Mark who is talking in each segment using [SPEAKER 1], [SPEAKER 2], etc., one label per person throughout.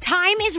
[SPEAKER 1] Time is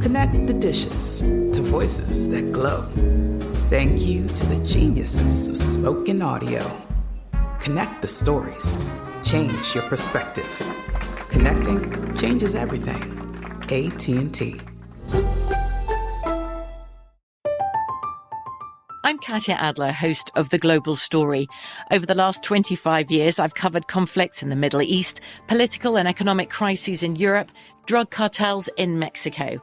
[SPEAKER 2] Connect the dishes to voices that glow. Thank you to the geniuses of spoken audio. Connect the stories, change your perspective. Connecting changes everything. AT&T.
[SPEAKER 3] I'm Katya Adler, host of The Global Story. Over the last 25 years, I've covered conflicts in the Middle East, political and economic crises in Europe, drug cartels in Mexico.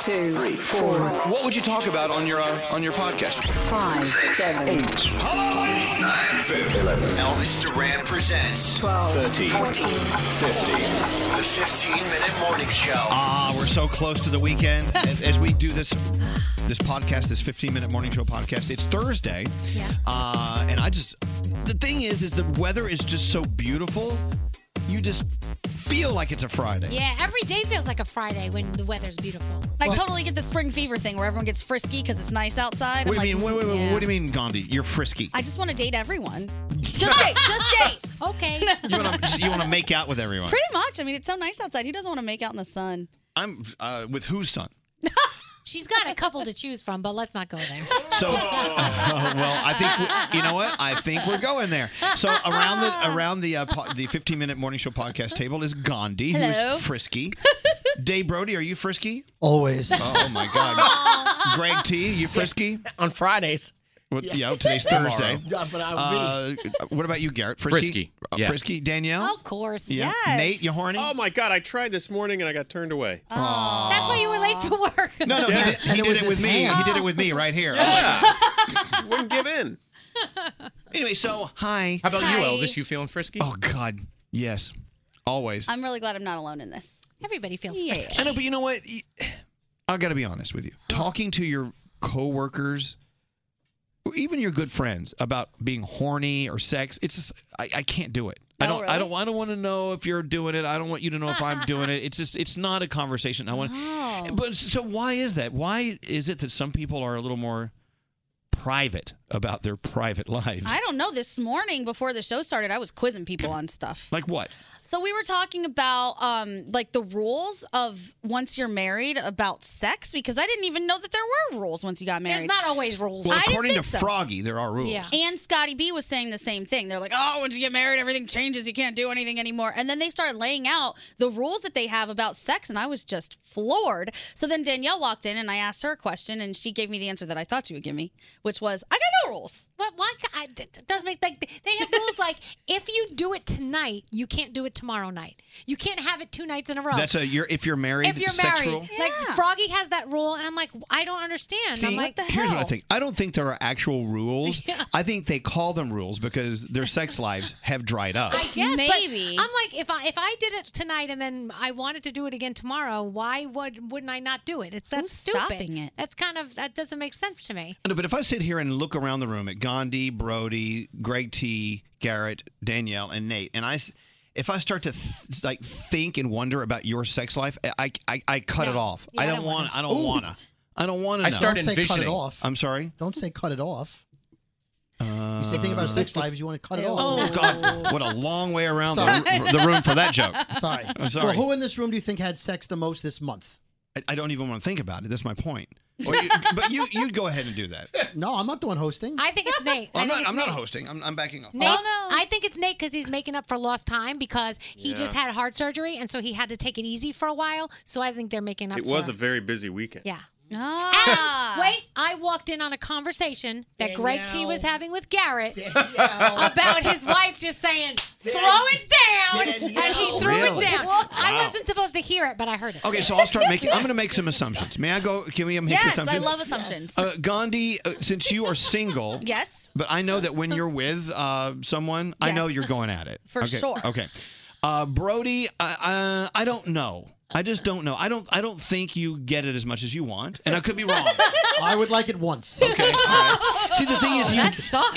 [SPEAKER 4] two, three, four.
[SPEAKER 5] What would you talk about on your uh, on your podcast?
[SPEAKER 4] Five, seven, eight.
[SPEAKER 5] Hello, nine, ten, eleven.
[SPEAKER 6] Elvis Duran presents
[SPEAKER 4] 12,
[SPEAKER 7] 13,
[SPEAKER 4] 14,
[SPEAKER 7] 15.
[SPEAKER 6] the 15 minute morning show.
[SPEAKER 5] Ah, we're so close to the weekend. as, as we do this this podcast, this 15 minute morning show podcast, it's Thursday.
[SPEAKER 1] Yeah.
[SPEAKER 5] Uh, and I just the thing is, is the weather is just so beautiful. You just feel like it's a Friday.
[SPEAKER 1] Yeah, every day feels like a Friday when the weather's beautiful.
[SPEAKER 8] I totally get the spring fever thing where everyone gets frisky because it's nice outside.
[SPEAKER 5] What do
[SPEAKER 8] I'm
[SPEAKER 5] you mean?
[SPEAKER 8] like,
[SPEAKER 5] Wait, wait, wait,
[SPEAKER 8] yeah.
[SPEAKER 5] What do you mean, Gandhi? You're frisky.
[SPEAKER 8] I just want to date everyone. Just date, just date.
[SPEAKER 1] Okay.
[SPEAKER 5] You want to you want to make out with everyone?
[SPEAKER 8] Pretty much. I mean, it's so nice outside. Who doesn't want to make out in the sun?
[SPEAKER 5] I'm uh, with whose son?
[SPEAKER 1] She's got a couple to choose from, but let's not go there.
[SPEAKER 5] So, well, I think we, you know what? I think we're going there. So around the around the uh, po- the 15 minute morning show podcast table is Gandhi,
[SPEAKER 8] Hello.
[SPEAKER 5] who's frisky. Dave Brody, are you frisky?
[SPEAKER 9] Always.
[SPEAKER 5] Oh my God. Greg T, you frisky?
[SPEAKER 9] On Fridays.
[SPEAKER 5] What, yeah. today's Thursday.
[SPEAKER 9] Yeah, but I would
[SPEAKER 5] Uh, what about you, Garrett? Frisky.
[SPEAKER 7] Frisky,
[SPEAKER 5] Uh,
[SPEAKER 7] yeah.
[SPEAKER 5] Frisky. Danielle.
[SPEAKER 1] Of course.
[SPEAKER 8] Yes.
[SPEAKER 5] Nate, you horny?
[SPEAKER 10] Oh my god, I tried this morning and I got turned away.
[SPEAKER 5] Oh.
[SPEAKER 1] That's why you were late for work.
[SPEAKER 5] no, no,
[SPEAKER 10] Yeah.
[SPEAKER 5] he did, he
[SPEAKER 9] And it
[SPEAKER 5] did
[SPEAKER 9] was
[SPEAKER 5] it
[SPEAKER 9] his
[SPEAKER 5] with me.
[SPEAKER 9] hand. Oh.
[SPEAKER 5] He did it with me right here.
[SPEAKER 10] Wouldn't give in.
[SPEAKER 5] Anyway, so hi.
[SPEAKER 7] How about you,
[SPEAKER 8] Hi.
[SPEAKER 7] Elvis? You feeling frisky?
[SPEAKER 5] Oh God, yes, always.
[SPEAKER 8] I'm really glad I'm not alone in this.
[SPEAKER 1] Everybody feels
[SPEAKER 8] Yeah.
[SPEAKER 1] frisky.
[SPEAKER 5] I know, but you know what? Y- I got to be honest with you. Talking to your coworkers, or even your good friends, about being horny or sex, it's just I, I can't do it. I don't. I
[SPEAKER 11] really?
[SPEAKER 5] don't. I don't want to know if you're doing it. I don't want you to know if I'm doing it. It's just. It's not a conversation. I want.
[SPEAKER 8] Oh.
[SPEAKER 5] But so why is that? Why is it that some people are a little more private about their private lives?
[SPEAKER 8] I don't know. This morning before the show started, I was quizzing people on stuff.
[SPEAKER 5] like what?
[SPEAKER 8] So we were talking about um, like the rules of once you're married about sex because I didn't even know that there were rules once you got married.
[SPEAKER 1] not always rules.
[SPEAKER 5] Well,
[SPEAKER 8] I didn't
[SPEAKER 5] according to
[SPEAKER 8] think so.
[SPEAKER 5] Froggy, there are rules.
[SPEAKER 8] And Scotty B was saying the same thing. They're like, oh, once you get married, everything changes. You can't do anything anymore. And then they started laying out the rules that they have about sex, and I was just floored. So then Danielle walked in, and I asked her a question, and she gave me the answer that I thought she would give me, which was, I got no rules.
[SPEAKER 1] But why? ca- I, d- d- doesn't make like they have rules like if you do it tonight, you can't do it tomorrow night. You can't have it two nights in a row.
[SPEAKER 5] That's a. You're if you're married.
[SPEAKER 1] if you're
[SPEAKER 5] sex
[SPEAKER 1] married,
[SPEAKER 5] rule?
[SPEAKER 1] like Froggy has that rule, and I'm like, I don't understand. I'm like,
[SPEAKER 5] here's what I think. I don't think there are actual rules. I think they call them rules because their sex lives have dried up.
[SPEAKER 1] I guess,
[SPEAKER 8] Maybe.
[SPEAKER 1] But I'm like, if I if I did it tonight and then I wanted to do it again tomorrow, why would wouldn't I not do it? It's that stupid.
[SPEAKER 8] stopping it?
[SPEAKER 1] That's kind of that doesn't make sense to me.
[SPEAKER 5] No, but if I sit here and look around the room at Gandhi, Brody, Greg T, Garrett, Danielle, and Nate, and I, s- if I start to th- like think and wonder about your sex life, I I, I- I cut it off.
[SPEAKER 9] Yeah,
[SPEAKER 5] I don't want. I don't
[SPEAKER 9] Ooh.
[SPEAKER 5] want to. I don't want to.
[SPEAKER 9] I start Don't say cut it envisioning. off.
[SPEAKER 5] I'm sorry.
[SPEAKER 9] Don't say cut it off.
[SPEAKER 5] Uh,
[SPEAKER 9] You say think about sex lives, you want to cut it off.
[SPEAKER 5] Oh God! What a long way around the, the room for that joke.
[SPEAKER 9] Sorry.
[SPEAKER 5] I'm sorry.
[SPEAKER 9] Well, who in this room do you think had sex the most this month?
[SPEAKER 5] I, I don't even want to think about it. That's my point. Or you- but you you go ahead and do that.
[SPEAKER 9] No, I'm not the one hosting.
[SPEAKER 1] I think it's Nate.
[SPEAKER 5] Well,
[SPEAKER 1] I
[SPEAKER 5] I'm
[SPEAKER 1] think
[SPEAKER 5] not.
[SPEAKER 1] it's
[SPEAKER 5] I'm not
[SPEAKER 1] Nate.
[SPEAKER 5] hosting. I'm, I'm backing off. Uh,
[SPEAKER 1] Nate, I think it's Nate because he's making up for lost time because he
[SPEAKER 10] Yeah.
[SPEAKER 1] just had heart surgery and so he had to take it easy for a while. So I think they're making up.
[SPEAKER 10] It was
[SPEAKER 1] for
[SPEAKER 10] a very busy weekend.
[SPEAKER 1] yeah. And wait, I walked in on a conversation that Greg T was having with Garrett about his wife just saying, slow it down. And he threw
[SPEAKER 5] Really?
[SPEAKER 1] it down.
[SPEAKER 5] Wow.
[SPEAKER 1] I wasn't supposed to hear it, but I heard it.
[SPEAKER 5] Okay, so I'll start making. I'm going to make some assumptions. May I go? Can we make
[SPEAKER 1] Yes, I
[SPEAKER 5] assumptions?
[SPEAKER 1] love assumptions.
[SPEAKER 5] Uh, Gandhi, uh, since you are single,
[SPEAKER 8] Yes.
[SPEAKER 5] But I know that when you're with uh, someone, I know
[SPEAKER 8] Yes.
[SPEAKER 5] you're going at it
[SPEAKER 8] For
[SPEAKER 5] Okay,
[SPEAKER 8] sure.
[SPEAKER 5] Okay. Uh, Brody, I, uh, I don't know. I just don't know. I don't. I don't think you get it as much as you want, and I could be wrong. I would like it once. Okay. See, the thing
[SPEAKER 8] Oh,
[SPEAKER 5] is,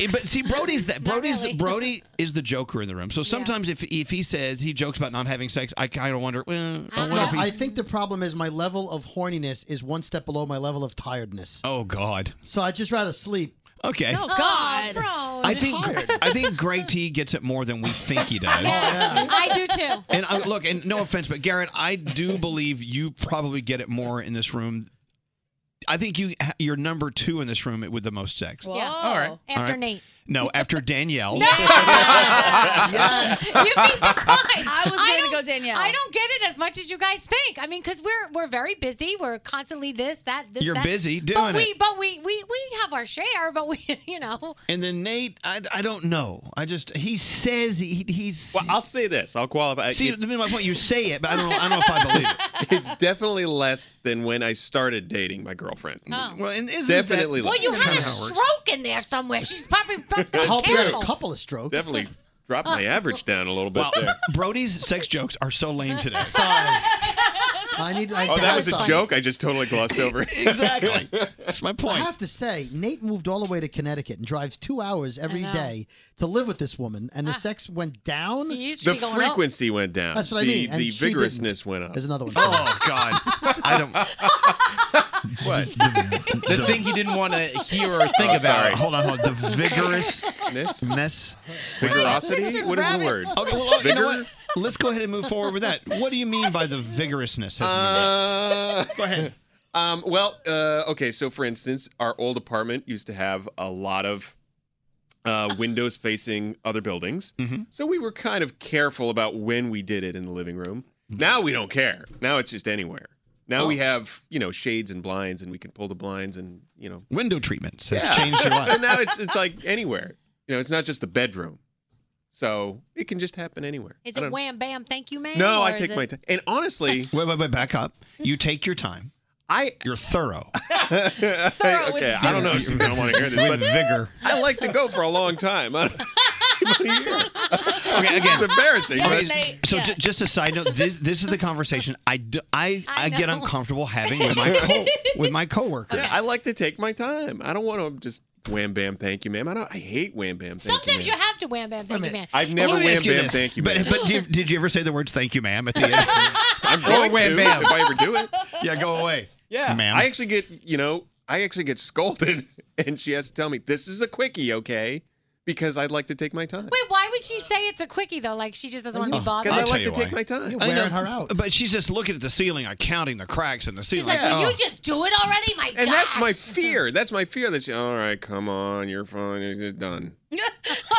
[SPEAKER 5] you, But see, Brody's that Brody's the, Brody is the joker in the room. So sometimes if if he says he jokes about not having sex, I kind of wonder. Well,
[SPEAKER 8] Uh,
[SPEAKER 5] I wonder
[SPEAKER 9] No,
[SPEAKER 5] if he's
[SPEAKER 9] I think the problem is my level of horniness is one step below my level of tiredness.
[SPEAKER 5] Oh God.
[SPEAKER 9] So I'd just rather sleep.
[SPEAKER 5] Okay.
[SPEAKER 12] Oh,
[SPEAKER 9] No,
[SPEAKER 1] God.
[SPEAKER 5] I think I think Greg T gets it more than we think he does.
[SPEAKER 1] I do too.
[SPEAKER 5] And I, look, and no offense, but Garrett, I do believe you probably get it more in this room. I think you you're number two in this room with the most sex.
[SPEAKER 1] Yeah. All right. After
[SPEAKER 5] All right.
[SPEAKER 1] Nate.
[SPEAKER 5] No, after Danielle.
[SPEAKER 9] yes.
[SPEAKER 1] You'd be surprised.
[SPEAKER 8] I was gonna
[SPEAKER 1] don't-
[SPEAKER 8] go Danielle.
[SPEAKER 1] I don't get it as much as you guys think. I mean, because we're we're very busy. We're constantly this, that, this,
[SPEAKER 5] You're
[SPEAKER 1] that.
[SPEAKER 5] busy doing
[SPEAKER 1] but we,
[SPEAKER 5] it.
[SPEAKER 1] But we, we, we have our share, but we, you
[SPEAKER 8] Oh.
[SPEAKER 1] know.
[SPEAKER 5] And then Nate, I, I don't know. I just he says he, he's.
[SPEAKER 10] Well, I'll say this. I'll qualify.
[SPEAKER 5] See,
[SPEAKER 10] it-
[SPEAKER 5] my point. You say it, but I don't know. I don't know if I believe it.
[SPEAKER 10] it's definitely less than when I started dating my girlfriend.
[SPEAKER 5] Well, and isn't
[SPEAKER 10] Definitely
[SPEAKER 5] That,
[SPEAKER 1] Well, you
[SPEAKER 10] That's
[SPEAKER 1] had
[SPEAKER 10] kinda
[SPEAKER 1] a
[SPEAKER 10] how it works.
[SPEAKER 1] stroke in there somewhere. She's probably about to be
[SPEAKER 10] Helped her
[SPEAKER 1] terrible.
[SPEAKER 10] a
[SPEAKER 9] couple of strokes.
[SPEAKER 10] Definitely dropped my average down a little bit
[SPEAKER 5] Wow.
[SPEAKER 10] there.
[SPEAKER 5] Brody's sex jokes are so lame today.
[SPEAKER 9] I need. I
[SPEAKER 10] Oh, that was a
[SPEAKER 9] sorry.
[SPEAKER 10] joke. I just totally glossed over.
[SPEAKER 5] exactly. That's my
[SPEAKER 9] I have to say, Nate moved all the way to Connecticut and drives two hours every
[SPEAKER 10] know.
[SPEAKER 9] day to live with this woman, and the sex went down.
[SPEAKER 10] The frequency went down.
[SPEAKER 9] That's what I
[SPEAKER 10] the,
[SPEAKER 9] mean, and
[SPEAKER 10] The
[SPEAKER 9] she didn't.
[SPEAKER 10] vigorousness went up.
[SPEAKER 9] There's another one.
[SPEAKER 5] Oh God. I don't.
[SPEAKER 10] What?
[SPEAKER 13] The thing he didn't want to hear or think
[SPEAKER 10] Oh,
[SPEAKER 13] about.
[SPEAKER 10] sorry.
[SPEAKER 5] Hold on, hold on. The vigorousness. Ness.
[SPEAKER 10] Vigorosity? What is the word?
[SPEAKER 5] Okay, well, you know
[SPEAKER 10] Vigor?
[SPEAKER 5] what? Let's go ahead and move forward with that. What do you mean by the vigorousness? Has
[SPEAKER 10] Uh,
[SPEAKER 5] Go ahead.
[SPEAKER 10] Um, well, uh, okay. So, for instance, our old apartment used to have a lot of uh, windows facing other buildings.
[SPEAKER 5] Mm-hmm.
[SPEAKER 10] So we were kind of careful about when we did it in the living room.
[SPEAKER 5] Mm-hmm.
[SPEAKER 10] Now we don't care. Now it's just anywhere. Now
[SPEAKER 5] Oh.
[SPEAKER 10] we have you know shades and blinds, and we can pull the blinds and you know
[SPEAKER 5] window treatments has
[SPEAKER 10] Yeah.
[SPEAKER 5] changed your life.
[SPEAKER 10] So now it's it's like anywhere. You know, it's not just the bedroom. So it can just happen anywhere.
[SPEAKER 1] Is
[SPEAKER 10] I
[SPEAKER 1] it
[SPEAKER 10] don't-
[SPEAKER 1] wham bam? Thank you, man.
[SPEAKER 10] No, I
[SPEAKER 1] or is
[SPEAKER 10] take
[SPEAKER 1] it-
[SPEAKER 10] my time. And honestly,
[SPEAKER 5] wait, wait, wait, back up. You take your time.
[SPEAKER 10] I
[SPEAKER 5] you're thorough.
[SPEAKER 10] okay,
[SPEAKER 5] with
[SPEAKER 10] I don't know if she's gonna want to hear this, but
[SPEAKER 5] With vigor.
[SPEAKER 10] I like to go for a long time. I don't-
[SPEAKER 5] Okay, again,
[SPEAKER 10] It's embarrassing, Yes,
[SPEAKER 5] Okay,
[SPEAKER 10] Nate,
[SPEAKER 5] so ju-
[SPEAKER 10] yes.
[SPEAKER 5] just a side note, this this is the conversation I, d- I, I, get
[SPEAKER 10] know.
[SPEAKER 5] uncomfortable having with my co- with my coworker.
[SPEAKER 10] Yeah, I like to take my time. I don't want to just wham bam thank you ma'am. I don't. I hate wham bam. Thank
[SPEAKER 1] Sometimes
[SPEAKER 10] you,
[SPEAKER 1] you
[SPEAKER 10] ma'am.
[SPEAKER 1] have to wham bam thank you man.
[SPEAKER 10] I've never
[SPEAKER 5] Let me
[SPEAKER 10] wham
[SPEAKER 5] ask you
[SPEAKER 10] bam
[SPEAKER 5] this.
[SPEAKER 10] thank you.
[SPEAKER 5] But,
[SPEAKER 10] ma'am.
[SPEAKER 5] but did, did you ever say the words "thank you, ma'am" at the end?
[SPEAKER 10] I'm
[SPEAKER 5] Or
[SPEAKER 10] going
[SPEAKER 5] wham
[SPEAKER 10] to
[SPEAKER 5] bam.
[SPEAKER 10] if I ever do it.
[SPEAKER 5] Yeah, go away.
[SPEAKER 10] Yeah,
[SPEAKER 5] ma'am.
[SPEAKER 10] I actually get you know I actually get scolded, and she has to tell me this is a quickie, okay? Because I'd like to take my time.
[SPEAKER 1] Wait, why would she say it's a quickie though? Like she just doesn't want to be bothered.
[SPEAKER 10] time.
[SPEAKER 1] You're wearing her
[SPEAKER 14] out. But she's just looking at the ceiling, like counting the cracks in the ceiling.
[SPEAKER 1] She's like, will you just do it already? Oh My
[SPEAKER 10] And that's my
[SPEAKER 1] gosh."
[SPEAKER 10] fear. That's my fear. That she, all right, come on, you're fine. You're done.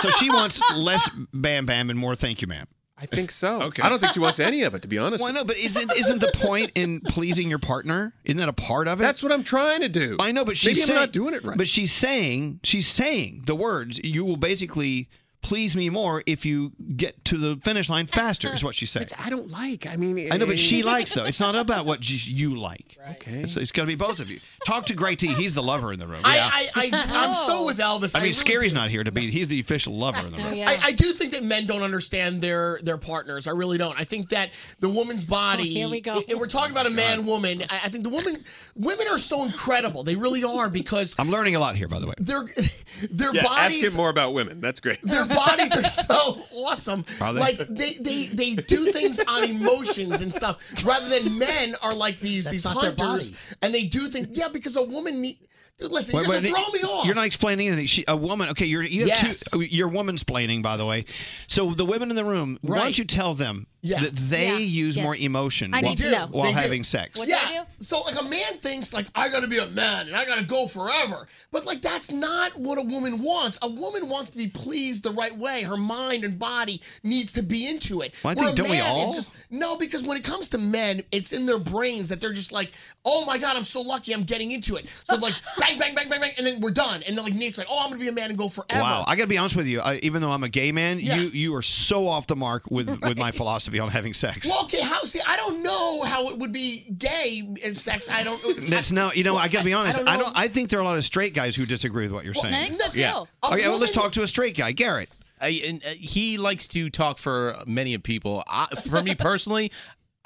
[SPEAKER 5] so she wants less bam bam and more thank you, ma'am.
[SPEAKER 10] I think so.
[SPEAKER 5] Okay.
[SPEAKER 10] I don't think she wants any of it, to be honest.
[SPEAKER 5] Well, I know, but isn't isn't the point in pleasing your partner? Isn't that a part of it? That's
[SPEAKER 10] what I'm trying to do.
[SPEAKER 5] I know, but she's
[SPEAKER 10] Maybe I'm
[SPEAKER 5] saying,
[SPEAKER 10] not doing it right.
[SPEAKER 5] But she's saying she's saying the words. You will basically please me more if you get to the finish line faster. Is what she's saying.
[SPEAKER 10] I don't like. I mean, eh.
[SPEAKER 5] I know, but she likes though. It's not about what just you like.
[SPEAKER 10] Okay,
[SPEAKER 5] it's, it's got to be both of you. Talk to Gray T. He's the lover in the room. yeah.
[SPEAKER 6] I, I, I, I'm so with Elvis.
[SPEAKER 5] I mean,
[SPEAKER 6] really
[SPEAKER 5] Scary's not here to be. He's the official lover in the room.
[SPEAKER 6] I, I do think that men don't understand their their partners. I really don't. I think that the woman's body.
[SPEAKER 1] here we go.
[SPEAKER 6] And we're talking about a man, woman. I, I think the woman, women are so incredible. They really are because
[SPEAKER 5] I'm learning a lot here, by the way.
[SPEAKER 6] Their their
[SPEAKER 10] Yeah,
[SPEAKER 6] bodies.
[SPEAKER 10] ask him more about women. That's great.
[SPEAKER 6] Their bodies are so awesome.
[SPEAKER 10] Are they?
[SPEAKER 6] Like they, they they do things on emotions and stuff, rather than men are like these
[SPEAKER 9] That's
[SPEAKER 6] these
[SPEAKER 9] not their
[SPEAKER 6] hunters and they do things. Yeah, because a woman need. Dude, listen,
[SPEAKER 5] Wait,
[SPEAKER 6] you're
[SPEAKER 5] wait,
[SPEAKER 6] just throwing me off.
[SPEAKER 5] You're not explaining anything. She, a woman. Okay, you're you have
[SPEAKER 6] Yes.
[SPEAKER 5] two. oh, You're woman-splaining, by the way. So the women in the room, why
[SPEAKER 6] Right.
[SPEAKER 5] don't you tell them
[SPEAKER 6] Yeah.
[SPEAKER 5] that they
[SPEAKER 6] Yeah.
[SPEAKER 5] use
[SPEAKER 6] Yes.
[SPEAKER 5] more emotion
[SPEAKER 6] I
[SPEAKER 5] while,
[SPEAKER 6] need to know.
[SPEAKER 5] while
[SPEAKER 6] They do.
[SPEAKER 5] having sex?
[SPEAKER 6] yeah. So like a man thinks like I gotta be a man and I gotta go forever, but like that's not what a woman wants. A woman wants to be pleased the right way. Her mind and body needs to be into it.
[SPEAKER 5] Well, I
[SPEAKER 6] Where
[SPEAKER 5] think-
[SPEAKER 6] a
[SPEAKER 5] don't we
[SPEAKER 6] man is
[SPEAKER 5] all?
[SPEAKER 6] just- no, because when it comes to men, it's in their brains that they're just like, oh my god, I'm so lucky, I'm getting into it. So like bang, bang, bang, bang, bang, and then we're done. And then like Nate's like, oh, I'm gonna be a man and go forever.
[SPEAKER 5] Wow, I gotta be honest with you. I, even though I'm a gay man,
[SPEAKER 6] Yeah.
[SPEAKER 5] you you are so off the mark with with my philosophy on having sex.
[SPEAKER 6] Well, okay, how? See, I don't know how it would be gay and sex. I don't.
[SPEAKER 5] That's now you know. I gotta be honest. I
[SPEAKER 6] don't
[SPEAKER 5] don't. I,
[SPEAKER 6] know.
[SPEAKER 5] think there are a lot of straight guys who disagree with what you're
[SPEAKER 6] Well,
[SPEAKER 5] saying.
[SPEAKER 6] I think so, too.
[SPEAKER 5] Yeah.
[SPEAKER 6] A
[SPEAKER 5] Okay. Well, let's
[SPEAKER 6] woman-
[SPEAKER 5] talk to a straight guy, Garrett.
[SPEAKER 13] I, and, uh, he likes to talk for many of people. I, for me personally,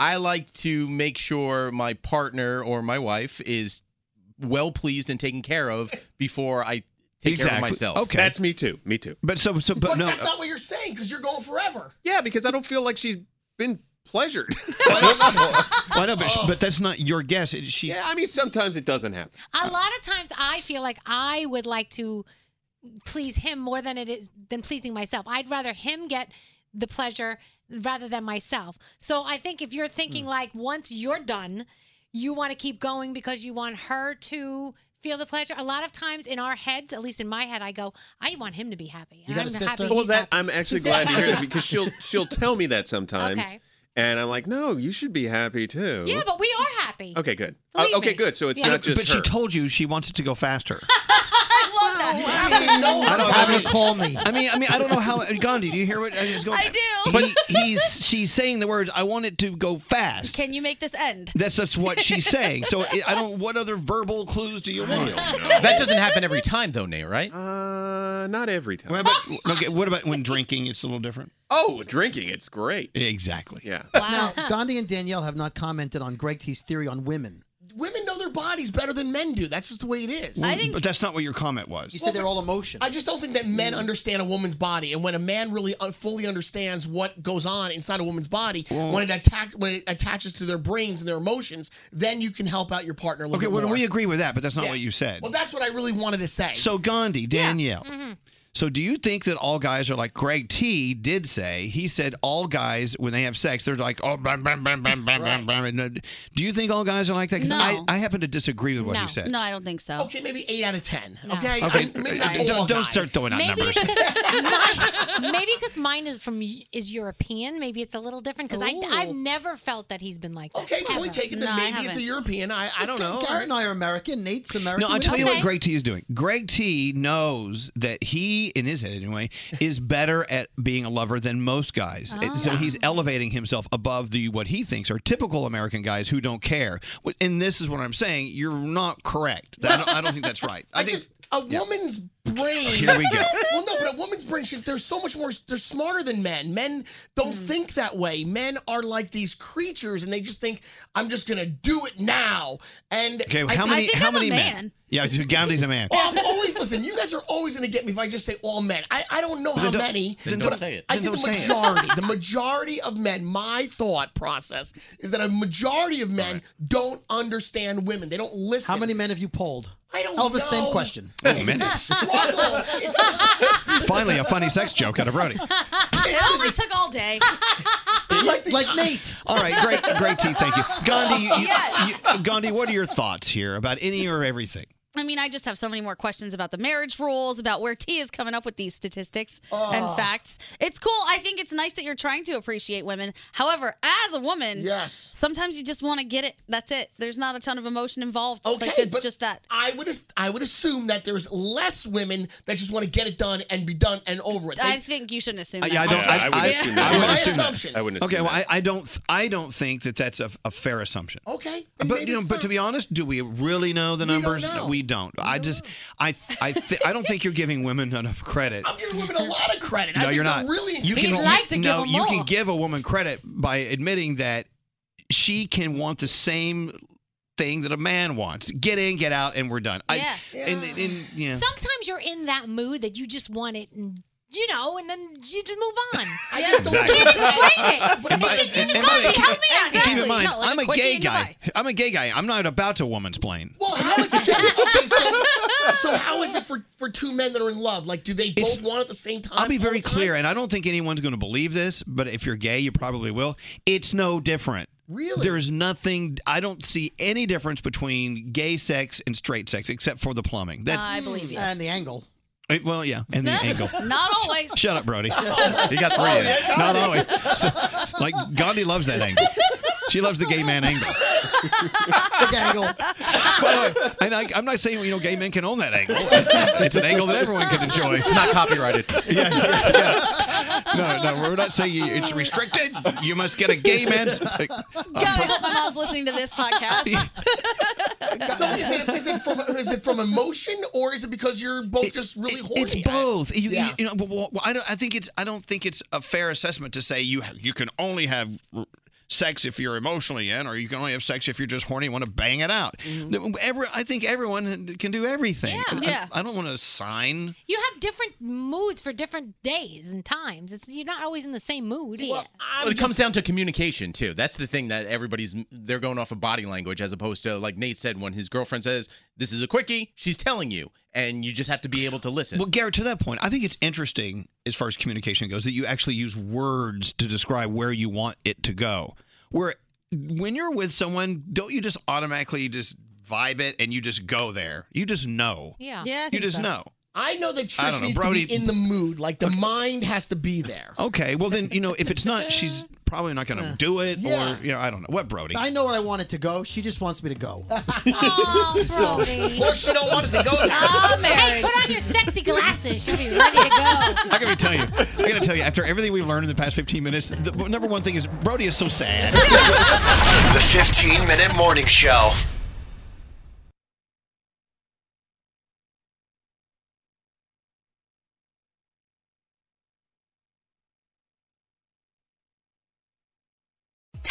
[SPEAKER 13] I like to make sure my partner or my wife is well pleased and taken care of before I take care of myself.
[SPEAKER 5] Okay.
[SPEAKER 10] me too. Me too.
[SPEAKER 5] But so so but,
[SPEAKER 6] But
[SPEAKER 5] no. uh,
[SPEAKER 6] that's not what you're saying because you're going forever.
[SPEAKER 10] Yeah, because I don't feel like she's been pleasured.
[SPEAKER 5] Well, I know, but, but that's not your guess. It- she.
[SPEAKER 10] Oh. Yeah, I mean sometimes it doesn't happen.
[SPEAKER 1] A lot of times I feel like I would like to please him more than it is than pleasing myself. I'd rather him get the pleasure rather than myself. So I think if you're thinking like once you're done, you want to keep going because you want her to feel the pleasure. A lot of times in our heads, at least in my head, I go, I want him to be happy.
[SPEAKER 6] You got
[SPEAKER 1] I'm
[SPEAKER 6] a
[SPEAKER 1] happy
[SPEAKER 6] sister?
[SPEAKER 1] he's
[SPEAKER 10] Well, that
[SPEAKER 1] happy.
[SPEAKER 10] I'm actually glad to hear that because she'll she'll tell me that sometimes,
[SPEAKER 1] Okay.
[SPEAKER 10] and I'm like, no, you should be happy too.
[SPEAKER 1] Yeah, but we are happy.
[SPEAKER 10] okay, good. Uh,
[SPEAKER 1] Believe
[SPEAKER 10] okay,
[SPEAKER 1] me.
[SPEAKER 10] good. So it's
[SPEAKER 1] Yeah.
[SPEAKER 10] not just
[SPEAKER 5] but
[SPEAKER 10] her.
[SPEAKER 5] she told you she wants it to go faster.
[SPEAKER 8] I love that.
[SPEAKER 6] Oh,
[SPEAKER 5] I don't have her
[SPEAKER 9] call me.
[SPEAKER 5] I mean, I mean, I don't know how. Gandhi, do you hear what I was going?
[SPEAKER 8] I do.
[SPEAKER 5] He, he's she's saying the words. I want it to go fast.
[SPEAKER 8] Can you make this end?
[SPEAKER 5] That's that's what she's saying. So I I don't. What other verbal clues do you want?
[SPEAKER 13] That doesn't happen every time though, Nate. Right?
[SPEAKER 10] Uh, not every time.
[SPEAKER 5] What about, okay, what about when drinking? It's a little different.
[SPEAKER 10] Oh, drinking, it's great.
[SPEAKER 5] Exactly.
[SPEAKER 10] Yeah.
[SPEAKER 9] Now, Gandhi and Danielle have not commented on Greg T's theory on women.
[SPEAKER 6] Women know their bodies better than men do. That's just the way it is.
[SPEAKER 5] but Mm. that's not what your comment was.
[SPEAKER 9] You said they're all emotion.
[SPEAKER 6] I just don't think that men understand a woman's body, and when a man really uh, fully understands what goes on inside a woman's body,
[SPEAKER 5] Well-
[SPEAKER 6] when it attack when it attaches to their brains and their emotions, then you can help out your partner a little
[SPEAKER 5] Okay,
[SPEAKER 6] bit
[SPEAKER 5] well,
[SPEAKER 6] more.
[SPEAKER 5] we agree with that, but that's not
[SPEAKER 6] Yeah.
[SPEAKER 5] what you said.
[SPEAKER 6] Well, that's what I really wanted to say.
[SPEAKER 5] so Gandhi, Danielle.
[SPEAKER 9] Mm-hmm.
[SPEAKER 6] Mhm.
[SPEAKER 5] So do you think that all guys are like Greg T did say? He said all guys when they have sex, they're like oh bam bam bam bam bam bam bam. And, uh, do you think all guys are like that? Because I,
[SPEAKER 8] No.
[SPEAKER 5] I happen to disagree with what
[SPEAKER 8] no,
[SPEAKER 5] you said.
[SPEAKER 8] no, I don't think so.
[SPEAKER 6] Okay, maybe eight out of ten. Okay,
[SPEAKER 5] Okay,
[SPEAKER 6] I- maybe
[SPEAKER 5] uh,
[SPEAKER 6] not all
[SPEAKER 5] don't, don't
[SPEAKER 6] guys.
[SPEAKER 5] start throwing out
[SPEAKER 1] Maybe
[SPEAKER 5] numbers.
[SPEAKER 1] it's 'cause mine, maybe because mine is from is European. Maybe it's a little different because I I've never felt that he's been like that.
[SPEAKER 6] Okay, point taken. Then maybe it's a European. I I don't know.
[SPEAKER 9] Garrett and I are American. Nate's American.
[SPEAKER 5] No, I'll
[SPEAKER 9] We
[SPEAKER 5] tell
[SPEAKER 9] know
[SPEAKER 5] you
[SPEAKER 9] that.
[SPEAKER 5] what Greg T is doing. Greg T knows that he, in his head anyway, is better at being a lover than most guys. It- So he's elevating himself above the what he thinks are typical American guys who don't care. And this is what I'm saying. You're not correct. I don't, I don't think that's right. I, think
[SPEAKER 6] A woman's brain.
[SPEAKER 5] Here we go.
[SPEAKER 6] well, no, but a woman's brain, should, they're so much more, they're smarter than men. Men don't think that way. Men are like these creatures and they just think, I'm just going to do it now. And
[SPEAKER 5] Okay,
[SPEAKER 6] I
[SPEAKER 5] how
[SPEAKER 6] think-
[SPEAKER 5] many? how many men? Yeah, so Gandhi's a man.
[SPEAKER 6] Well, I'm always listen. You guys are always going to get me if I just say all men. I, I don't know
[SPEAKER 5] Then
[SPEAKER 6] how
[SPEAKER 5] don't-
[SPEAKER 6] many.
[SPEAKER 5] then
[SPEAKER 6] but
[SPEAKER 5] don't say it.
[SPEAKER 6] I
[SPEAKER 5] Then
[SPEAKER 6] think the
[SPEAKER 5] don't say it.
[SPEAKER 6] majority, the majority of men. My thought process is that a majority of men don't understand women. They don't listen. How many men have you polled? I don't.
[SPEAKER 9] Elvis,
[SPEAKER 6] know.
[SPEAKER 9] same question.
[SPEAKER 5] Oh, man.
[SPEAKER 6] Struggle. It's a struggle.
[SPEAKER 5] Finally, a funny sex joke out of Brody.
[SPEAKER 8] It only took all day.
[SPEAKER 9] like, like Nate.
[SPEAKER 5] All right, great, great tea. Thank you, Gandhi. You, you-
[SPEAKER 8] Yes.
[SPEAKER 5] you- Gandhi, what are your thoughts here about any or everything?
[SPEAKER 8] I mean, I just have so many more questions about the marriage rules, about where T is coming up with these statistics
[SPEAKER 15] Oh.
[SPEAKER 8] and facts. It's cool. I think it's nice that you're trying to appreciate women. However, as a woman, yes, sometimes you just want to get it. That's it. There's not a ton of emotion involved.
[SPEAKER 6] Okay,
[SPEAKER 8] like, it's
[SPEAKER 6] but
[SPEAKER 8] just that.
[SPEAKER 6] I would as- I would assume that there's less women that just want to get it done and be done and over it. They-
[SPEAKER 8] I think you shouldn't assume.
[SPEAKER 5] Uh,
[SPEAKER 8] that.
[SPEAKER 5] yeah, I don't. I, I, I wouldn't
[SPEAKER 6] My
[SPEAKER 5] assume that.
[SPEAKER 6] assumptions.
[SPEAKER 5] Okay, well, I, I don't. th- I don't think that that's a, a fair assumption.
[SPEAKER 6] okay.
[SPEAKER 5] But you know, but to be honest, do we really know the
[SPEAKER 6] We don't
[SPEAKER 5] numbers? No,
[SPEAKER 6] know.
[SPEAKER 5] We don't. I just, I, th- I, th- I don't think you're giving women enough credit.
[SPEAKER 6] I'm giving women a lot of credit. I
[SPEAKER 5] no,
[SPEAKER 6] think
[SPEAKER 5] you're
[SPEAKER 6] they're
[SPEAKER 5] not.
[SPEAKER 6] Really,
[SPEAKER 5] you can only- no, you can give a woman credit by admitting that she can want the same thing that a man wants. Get in, get out, and we're done.
[SPEAKER 1] Yeah.
[SPEAKER 5] I, and, and, yeah.
[SPEAKER 1] Sometimes you're in that mood that you just want it, and you know, and then you just move on.
[SPEAKER 6] I
[SPEAKER 5] just don't Exactly.
[SPEAKER 1] can't explain it.
[SPEAKER 5] But
[SPEAKER 1] it's
[SPEAKER 5] if I-
[SPEAKER 1] just you
[SPEAKER 5] and-
[SPEAKER 1] just
[SPEAKER 5] and by
[SPEAKER 1] gotta
[SPEAKER 5] the way,
[SPEAKER 1] help me out.
[SPEAKER 5] and Keep in
[SPEAKER 1] Exactly.
[SPEAKER 5] mind,
[SPEAKER 1] No, like
[SPEAKER 5] I'm a
[SPEAKER 1] quickie
[SPEAKER 5] gay
[SPEAKER 1] in your
[SPEAKER 5] guy. I'm a gay guy. I'm not about to woman's plane.
[SPEAKER 6] Well, how is it? Okay, so, so how is it for, for two men that are in love? Like, do they both want at the same time?
[SPEAKER 5] I'll be very
[SPEAKER 6] all the time?
[SPEAKER 5] clear, and I don't think anyone's going to believe this, but if you're gay, you probably will. It's no different.
[SPEAKER 6] Really?
[SPEAKER 5] There's nothing, I don't see any difference between gay sex and straight sex except for the plumbing. That's,
[SPEAKER 8] I believe you.
[SPEAKER 9] And the angle.
[SPEAKER 5] Eh, well, yeah, and the angle.
[SPEAKER 8] Not always.
[SPEAKER 5] Shut up, Brody. You got
[SPEAKER 8] Oh.
[SPEAKER 5] three.
[SPEAKER 8] Oh,
[SPEAKER 5] in it.
[SPEAKER 8] yeah, got
[SPEAKER 5] Not
[SPEAKER 8] it.
[SPEAKER 5] always. So, so, like Gandhi loves that angle. She lows the gay man angle.
[SPEAKER 9] the angle.
[SPEAKER 5] By the way, and I, I'm not saying you know gay men can own that angle. It's an angle that everyone can enjoy. It's
[SPEAKER 13] not copyrighted.
[SPEAKER 5] Yeah, yeah. No, no, we're not saying you- it's restricted. You must get a gay man's.
[SPEAKER 8] God, I hope my mom's listening to this podcast.
[SPEAKER 6] So is it, is it from is it from emotion or is it because you're both just really horny?
[SPEAKER 5] It's both. You, you-
[SPEAKER 6] Yeah.
[SPEAKER 5] you know, but, well, I don't. I think it's. I don't think it's a fair assessment to say you you can only have r- sex if you're emotionally in, or you can only have sex if you're just horny and want to bang it out. Every, I think everyone can do everything.
[SPEAKER 1] Mm-hmm.
[SPEAKER 5] I-
[SPEAKER 1] Yeah.
[SPEAKER 5] I-
[SPEAKER 1] Yeah.
[SPEAKER 5] I, don't want to assign.
[SPEAKER 1] You have different moods for different days and times. It's you're not always in the same mood. yeah.
[SPEAKER 13] Well, it comes down to communication too. That's the thing that everybody's they're going off of body language as opposed to like Nate said when his girlfriend says this is a quickie, she's telling you, and you just have to be able to listen.
[SPEAKER 5] Well, Garrett, to that point, I think it's interesting as far as communication goes that you actually use words to describe where you want it to go. Where when you're with someone, don't you just automatically just vibe it and you just go there? You just know.
[SPEAKER 1] Yeah.
[SPEAKER 6] Yeah, I
[SPEAKER 5] You
[SPEAKER 6] think
[SPEAKER 5] just
[SPEAKER 6] so.
[SPEAKER 5] know.
[SPEAKER 6] I know that
[SPEAKER 5] I
[SPEAKER 6] Trish
[SPEAKER 5] don't know,
[SPEAKER 6] needs
[SPEAKER 5] Brody-
[SPEAKER 6] to be in the mood. Like the mind has to be there.
[SPEAKER 5] Okay. Well, then, you know, if it's not, she's probably not going to do it
[SPEAKER 9] Yeah.
[SPEAKER 5] or, you know, I don't know. What, Brody?
[SPEAKER 9] I know where I want it to go. She just wants me to go.
[SPEAKER 1] Brody.
[SPEAKER 6] Or she don't want it to go there.
[SPEAKER 9] Ah,
[SPEAKER 1] Hey,
[SPEAKER 9] marriage.
[SPEAKER 1] put on your sexy glasses. She'll be ready to go.
[SPEAKER 5] I gotta tell you, I gotta tell you, after everything we've learned in the past 15 minutes, the number one thing is Brody is so sad.
[SPEAKER 16] The 15 Minute Morning Show.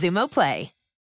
[SPEAKER 17] Zumo Play.